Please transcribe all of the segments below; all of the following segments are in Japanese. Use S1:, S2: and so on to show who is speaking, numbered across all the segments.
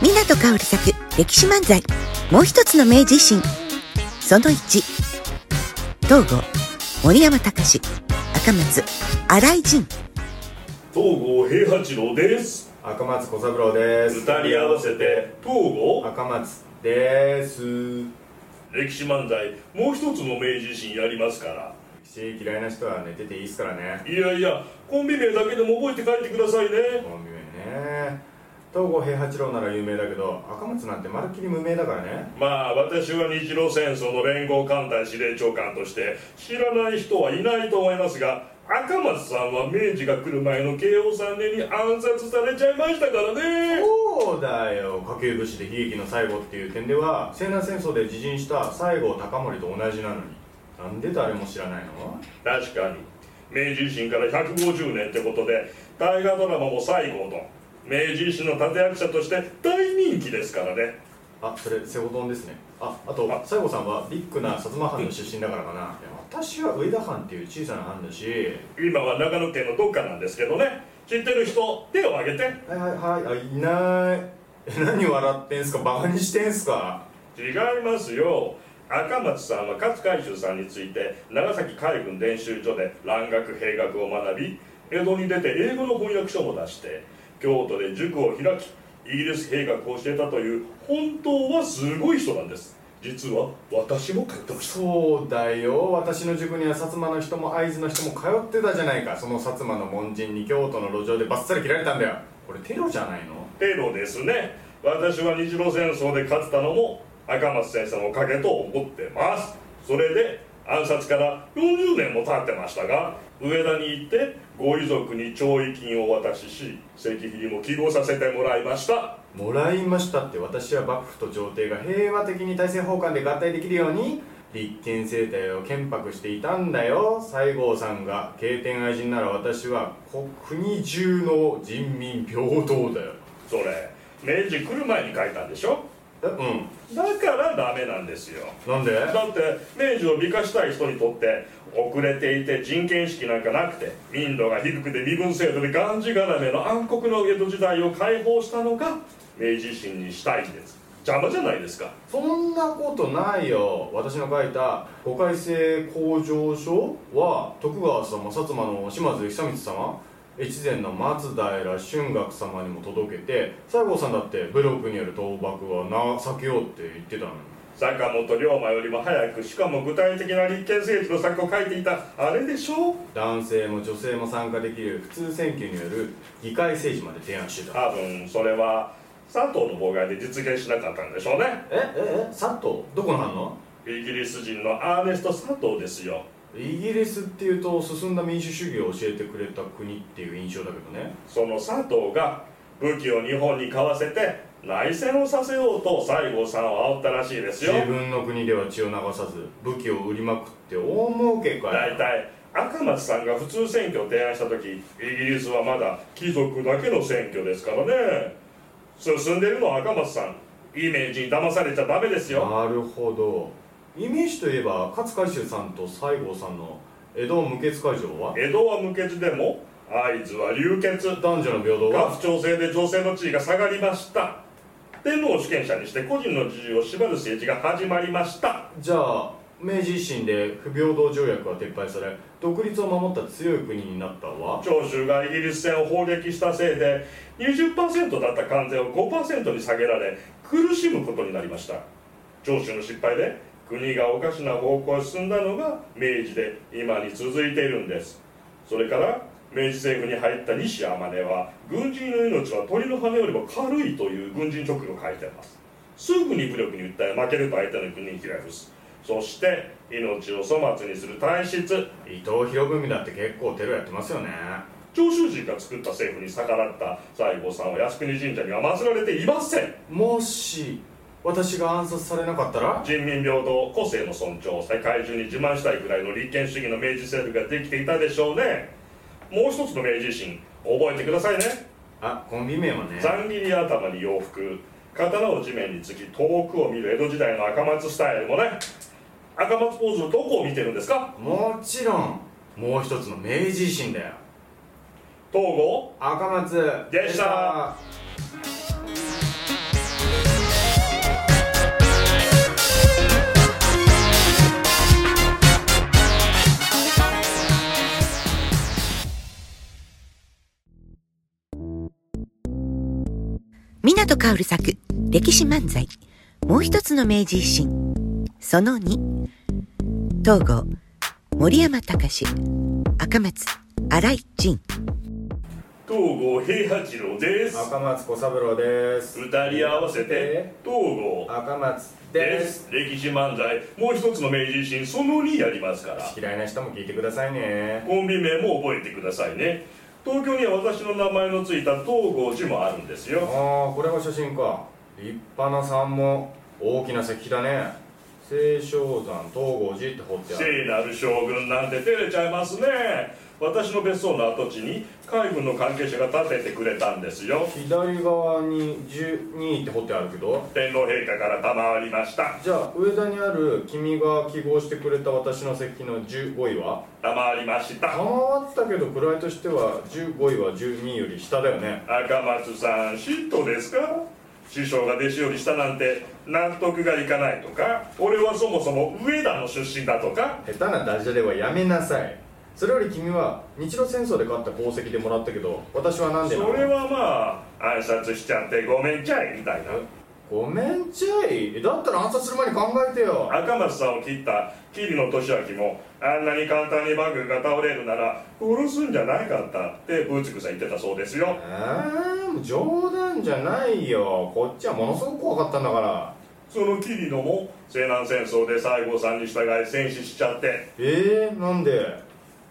S1: 湊香織作歴史漫才もう一つの明治維新その1東郷森山隆赤松新井仁
S2: 東郷平八郎です
S3: 赤松小三郎です
S2: 二人合わせて東郷
S3: 赤松です
S2: 歴史漫才もう一つの明治維新やりますから
S3: 歴史嫌いな人は寝てていいっすからね
S2: いやいやコンビ名だけでも覚えて帰ってくださいね
S3: もう有名ね東郷平八郎なら有名だけど赤松なんてまるっきり無名だからね
S2: まあ私は日露戦争の連合艦隊司令長官として知らない人はいないと思いますが赤松さんは明治が来る前の慶応3年に暗殺されちゃいましたからね
S3: そうだよ家計武士で悲劇の最後っていう点では西南戦争で自陣した西郷隆盛と同じなのになんで誰も知らないの
S2: 確かに明治維新から150年ってことで大河ドラマも最後と明治維新の立役者として大人気ですからね
S3: あそれセオドンですねああと西郷さんはビッグな薩摩藩の出身だからかないや私は上田藩っていう小さな藩だし
S2: 今は長野県のどっかなんですけどね知ってる人手を挙げて
S3: はいはいはいあいない え何笑ってんすかバカにしてんすか
S2: 違いますよ赤松さんは勝海舟さんについて長崎海軍練習所で蘭学兵学を学び江戸に出て英語の翻訳書も出して京都で塾を開きイギリス兵学をしてたという本当はすごい人なんです実は私も通ってました
S3: そうだよ私の塾には薩摩の人も会津の人も通ってたじゃないかその薩摩の門人に京都の路上でバッサリ切られたんだよこれテロじゃないの
S2: テロですね私は日露戦争で勝ったのも赤松先生のおかげと思ってますそれで暗殺から40年も経ってましたが上田に行ってご遺族に弔慰金をお渡しし石碑にも寄付をさせてもらいました
S3: もらいましたって私は幕府と朝廷が平和的に大政奉還で合体できるように立憲政体を建白していたんだよ西郷さんが経典愛人なら私は国中の人民平等だよ
S2: それ明治来る前に書いたんでしょ
S3: えう
S2: だからダメなんですよ
S3: んなんで
S2: だって明治を美化したい人にとって遅れていて人権意識なんかなくて民度が低くて身分制度でがんじがらめの暗黒の江戸時代を解放したのが明治維新にしたいんです邪魔じゃないですか
S3: そんなことないよ私の書いた「誤解性向上書」は徳川様薩摩の島津久光様越前の松平春岳様にも届けて西郷さんだって武力による倒幕はな避けようって言ってたのに
S2: 坂本龍馬よりも早くしかも具体的な立憲政治の策を書いていたあれでしょ
S3: 男性も女性も参加できる普通選挙による議会政治まで提案してた
S2: 多分それは佐藤の妨害で実現しなかったんでしょうね
S3: えええ佐藤どこの反応
S2: イギリス人のアーネスト佐藤ですよ
S3: イギリスっていうと進んだ民主主義を教えてくれた国っていう印象だけどね
S2: その佐藤が武器を日本に買わせて内戦をさせようと西郷さんを煽ったらしいですよ
S3: 自分の国では血を流さず武器を売りまくって大儲けか
S2: 大
S3: よ
S2: 体赤松さんが普通選挙を提案した時イギリスはまだ貴族だけの選挙ですからね進んでるのは赤松さんイメージに騙されちゃダメですよ
S3: なるほどイメージといえば勝海舟さんと西郷さんの江戸無血会場は
S2: 江戸は無血でも会津は流血
S3: 男女の平等は
S2: 学府調整で女性の地位が下がりました天皇を主権者にして個人の自由を縛る政治が始まりました
S3: じゃあ明治維新で不平等条約は撤廃され独立を守った強い国になったわ
S2: 長州がイギリス船を砲撃したせいで20%だった関税を5%に下げられ苦しむことになりました長州の失敗で国がおかしな方向へ進んだのが明治で今に続いているんですそれから明治政府に入った西天音は軍人の命は鳥の羽よりも軽いという軍人直後を書いてますすぐに武力に訴え負けると相手の国にひらふすそして命を粗末にする体質
S3: 伊藤博文だって結構テロやってますよね
S2: 長州人が作った政府に逆らった西郷さんは靖国神社には祀られていません
S3: もし私が暗殺されなかったら
S2: 人民平等個性の尊重世界中に自慢したいくらいの立憲主義の明治政府ができていたでしょうねもう一つの明治維新覚えてくださいね
S3: あコンビ名はね
S2: 残切り頭に洋服刀を地面につき遠くを見る江戸時代の赤松スタイルもね赤松ポーズのどこを見てるんですか
S3: もちろんもう一つの明治維新だよ
S2: 東郷
S3: 赤松
S2: でした
S1: 港薫作歴史漫才もう一つの明治維新その2東郷森山隆赤松新井仁
S2: 東郷平八郎です
S3: 赤松小三郎です
S2: 二人合わせて東郷
S3: 赤松
S2: で
S3: です
S2: す歴史漫才もう一つの明治維新その2やりますから
S3: 嫌いな人も聞いてくださいね
S2: コンビ名も覚えてくださいね東京には私の名前のついた東郷寺もあるんです
S3: ああ
S2: よ
S3: これが写真か立派な山門大きな石碑だね清少山東郷寺って掘ってある
S2: 聖なる将軍なんて照れちゃいますね私の別荘の跡地に海軍の関係者が建ててくれたんですよ
S3: 左側に12って掘ってあるけど
S2: 天皇陛下から賜りました
S3: じゃあ上田にある君が記号してくれた私の石碑の15位は
S2: 賜りました
S3: あったけど位としては15位は12位より下だよね
S2: 赤松さん嫉妬ですか師匠が弟子より下なんて納得がいかないとか俺はそもそも上田の出身だとか
S3: 下手なダジャレはやめなさいそれより君は日露戦争で勝った功績でもらったけど私は何
S2: そ
S3: でなの
S2: れはまあ暗殺しちゃってごめんちゃいみたいな
S3: ごめんちゃいだったら暗殺する前に考えてよ
S2: 赤松さんを切った桐野俊明もあんなに簡単に幕府が倒れるなら殺すんじゃないかったってブーツクさん言ってたそうですよ
S3: えー、もう冗談じゃないよこっちはものすごく怖かったんだから
S2: その桐野も西南戦争で西郷さんに従い戦死しちゃって
S3: えー、なんで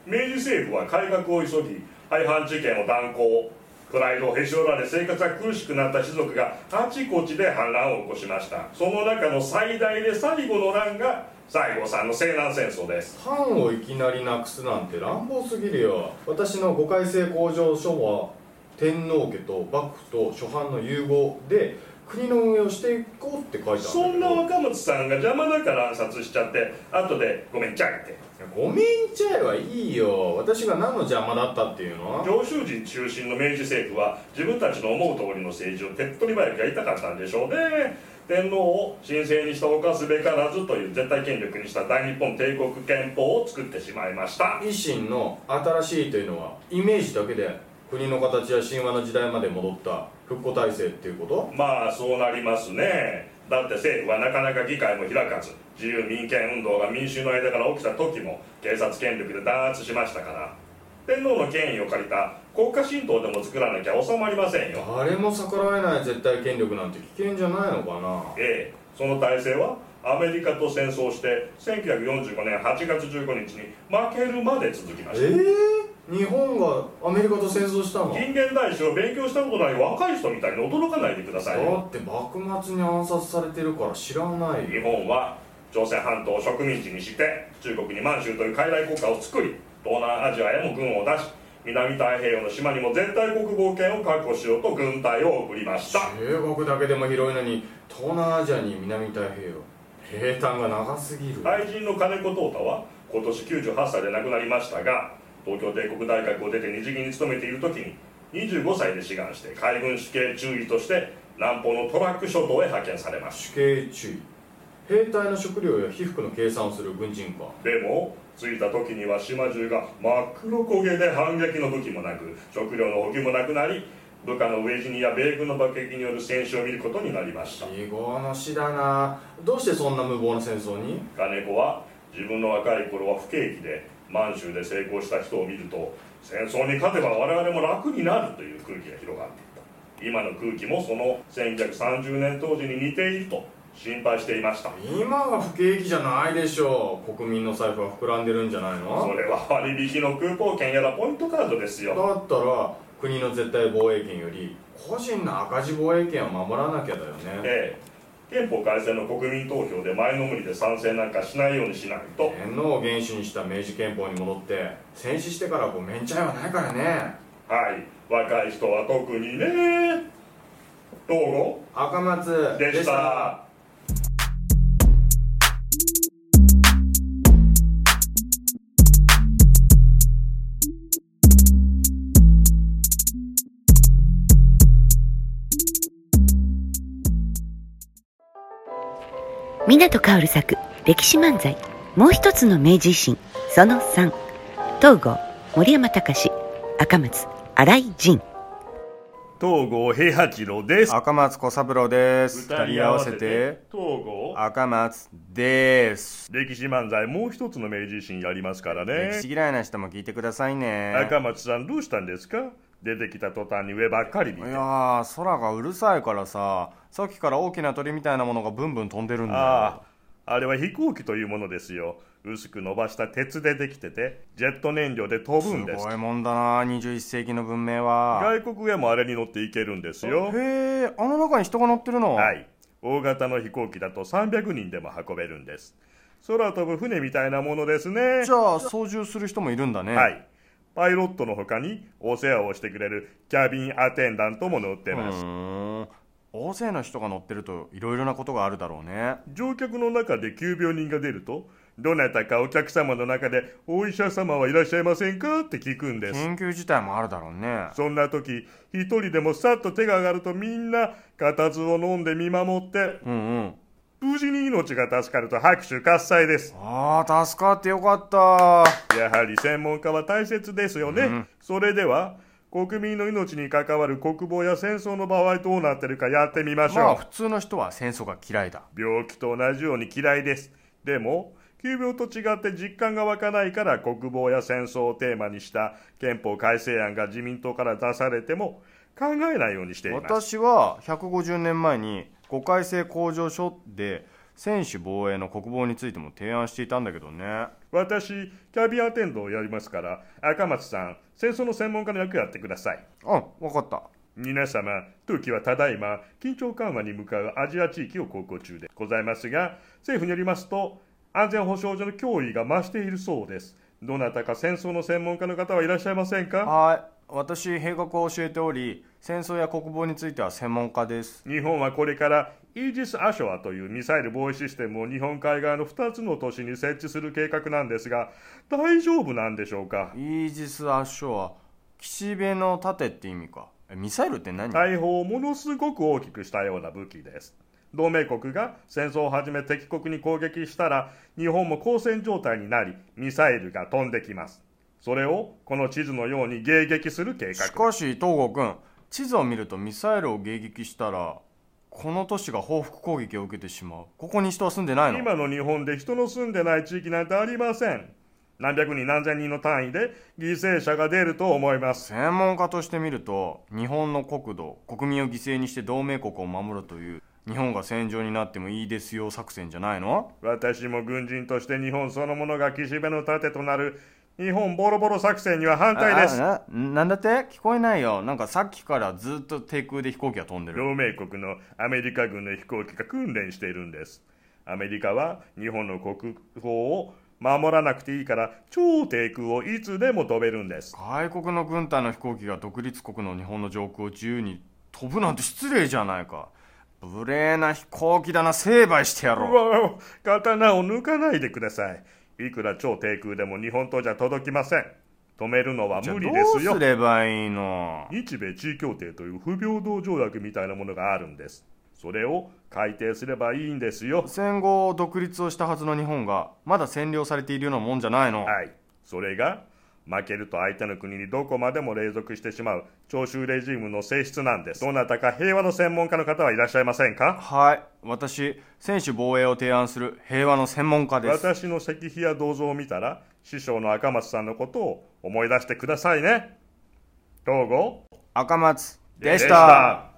S2: 明治政府は改革を急ぎ廃藩置県を断行プライドをへし折られ生活が苦しくなった士族があちこちで反乱を起こしましたその中の最大で最後の乱が西郷さんの西南戦争です
S3: 藩をいきなりなくすなんて乱暴すぎるよ私の五回生工場所は天皇家と幕府と諸藩の融合で国の運営をしていこうって書いてあ
S2: そ
S3: る
S2: ん
S3: ん
S2: な
S3: だけど
S2: 若松さんが邪魔だから暗殺しちゃって後でごめんちゃいって
S3: ごめんちゃえはいいよ私が何の邪魔だったっていうの
S2: 上州人中心の明治政府は自分たちの思う通りの政治を手っ取り早くやりたかったんでしょうね天皇を神聖にして犯すべからずという絶対権力にした大日本帝国憲法を作ってしまいました
S3: 維新の新しいというのはイメージだけで国の形や神話の時代まで戻った復興体制っていうこと
S2: まあそうなりますねだって政府はなかなか議会も開かず自由民権運動が民衆の間から起きた時も警察権力で弾圧しましたから天皇の権威を借りた国家神道でも作らなきゃ収まりませんよ
S3: 誰も逆らえない絶対権力なんて危険じゃないのかな
S2: ええその体制はアメリカと戦争して1945年8月15日に負けるまで続きま
S3: え
S2: した
S3: ー、日本がアメリカと戦争したの
S2: 人間大使を勉強したことない若い人みたいに驚かないでください
S3: だ
S2: よ
S3: って幕末に暗殺されてるから知らない
S2: 日
S3: よ
S2: 本は朝鮮半島を植民地にして中国に満州という傀儡国家を作り東南アジアへも軍を出し南太平洋の島にも絶対国防圏を確保しようと軍隊を送りました
S3: 中国だけでも広いのに東南アジアに南太平洋平坦が長すぎる、
S2: 愛人の金子淘汰は今年98歳で亡くなりましたが東京帝国大学を出て日銀に勤めている時に25歳で志願して海軍主計中尉として南方のトラック諸島へ派遣されます
S3: 主計注意兵隊の食料や被服の計算をする軍人か
S2: でも着いた時には島中が真っ黒焦げで反撃の武器もなく食料の補給もなくなり部下の飢え死にや米軍の爆撃による戦死を見ることになりました
S3: 非業の死だなどうしてそんな無謀な戦争に
S2: 金子は自分の若い頃は不景気で満州で成功した人を見ると戦争に勝てば我々も楽になるという空気が広がっていた今の空気もその1930年当時に似ていると心配していました
S3: 今は不景気じゃないでしょう国民の財布は膨らんでるんじゃない
S2: そ
S3: の
S2: れは割引の空港券やらポイントカードです
S3: だ
S2: よ
S3: ったら国の絶対防衛権より個人の赤字防衛権を守らなきゃだよね
S2: ええ憲法改正の国民投票で前の無理で賛成なんかしないようにしないと
S3: 天皇を元首にした明治憲法に戻って戦死してからごめんちゃいはないからね
S2: はい若い人は特にねどうも
S3: 赤松
S2: でした
S1: 港かおる作歴史漫才もう一つの明治維新その3東郷森山隆赤松新井仁
S2: 東郷平八郎です
S3: 赤松小三郎です二人合わせて
S2: 東郷
S3: 赤松です
S2: 歴史漫才もう一つの明治維新やりますから
S3: 歴
S2: ね
S3: 史嫌いな人も聞いてくださいね
S2: 赤松さんどうしたんですか出てきた途端に上ばっかり見
S3: い
S2: て
S3: やー空がうるさいからささっきから大きな鳥みたいなものがブンブン飛んでるんだよ
S2: あああれは飛行機というものですよ薄く伸ばした鉄でできててジェット燃料で飛ぶんです
S3: すごいもんだな21世紀の文明は
S2: 外国へもあれに乗っていけるんです
S3: へ
S2: よ
S3: えあの中に人が乗ってるの
S2: はい大型の飛行機だと300人でも運べるんです空飛ぶ船みたいなものですね
S3: じゃあ操縦する人もいるんだね
S2: はいパイロットの他にお世話をしてくれるキャビンアテンダントも乗って
S3: う
S2: ます、
S3: ーん大勢の人が乗ってるといろいろなことがあるだろうね
S2: 乗客の中で急病人が出るとどなたかお客様の中で「お医者様はいらっしゃいませんか?」って聞くんです
S3: 緊急事態もあるだろうね
S2: そんな時一人でもさっと手が上がるとみんな固唾を飲んで見守って
S3: うんうん
S2: 無事に命が助かると拍手喝采です
S3: あー助かってよかった
S2: やはり専門家は大切ですよね、それでは国民の命に関わる国防や戦争の場合どうなってるかやってみましょう、
S3: まあ普通の人は戦争が嫌いだ
S2: 病気と同じように嫌いですでも急病と違って実感が湧かないから国防や戦争をテーマにした憲法改正案が自民党から出されても考えないようにしています
S3: 私は150年前に誤解性向上書で専守防衛の国防についても提案していたんだけどね
S2: 私キャビアアテンドをやりますから赤松さん戦争の専門家の役やってください
S3: あ分かった
S2: 皆様、トーキはただいま緊張緩和に向かうアジア地域を航行中でございますが、政府によりますと、安全保障上の脅威が増しているそうです。どなたか戦争の専門家の方はいらっしゃいませんか
S3: はい私兵学を教えており戦争や国防については専門家です
S2: 日本はこれからイージス・アショアというミサイル防衛システムを日本海側の2つの都市に設置する計画なんですが、大丈夫なんでしょうか
S3: イージス・アショア岸辺の盾って意味かえミサイルって何、
S2: 大砲をものすごく大きくしたような武器です同盟国が戦争を始め敵国に攻撃したら日本も交戦状態になりミサイルが飛んできますそれをこの地図のように迎撃する計
S3: し
S2: 画
S3: かし東郷君地図を見るとミサイルを迎撃したらこの都市が報復攻撃を受けてしまうここに人は住んでないの
S2: 今の日本で人の住んでない地域なんてありません何百人何千人の単位で犠牲者が出ると思います
S3: 専門家として見ると日本の国土国民を犠牲にして同盟国を守るという日本が戦場になってもいいですよ作戦じゃないの
S2: 私も軍人として日本そのものが岸辺の盾となる日本ボロボロ作戦には反対です
S3: ああななんだって聞こえないよなんかさっきからずっと低空で飛行機が飛んでる
S2: 同盟国のアメリカ軍の飛行機が訓練しているんですアメリカは日本の国法を守らなくていいから超低空をいつでも飛べるんです
S3: 外国の軍隊の飛行機が独立国の日本の上空を自由に飛ぶなんて失礼じゃないか無礼な飛行機だな成敗してや
S2: う
S3: ろう
S2: わうわ刀を抜かないでくださいいくら超低空でも日本刀じゃ届きません止めるのは無理です
S3: じゃ
S2: よ
S3: あどうすればいいの
S2: 日米地位協定という不平等条約みたいなものがあるんですそれを改定すればいいんですよ
S3: 戦後独立をしたはずの日本がまだ占領されているようなもんじゃないの
S2: はい、それが負けると相手の国にどこまでも隷属してしまう長州レジームの性質なんですどなたか平和の専門家の方はいらっしゃいませんか
S3: はい私専守防衛を提案する平和の専門家です
S2: 私の石碑や銅像を見たら師匠の赤松さんのことを思い出してくださいね東郷
S3: 赤松でした
S2: た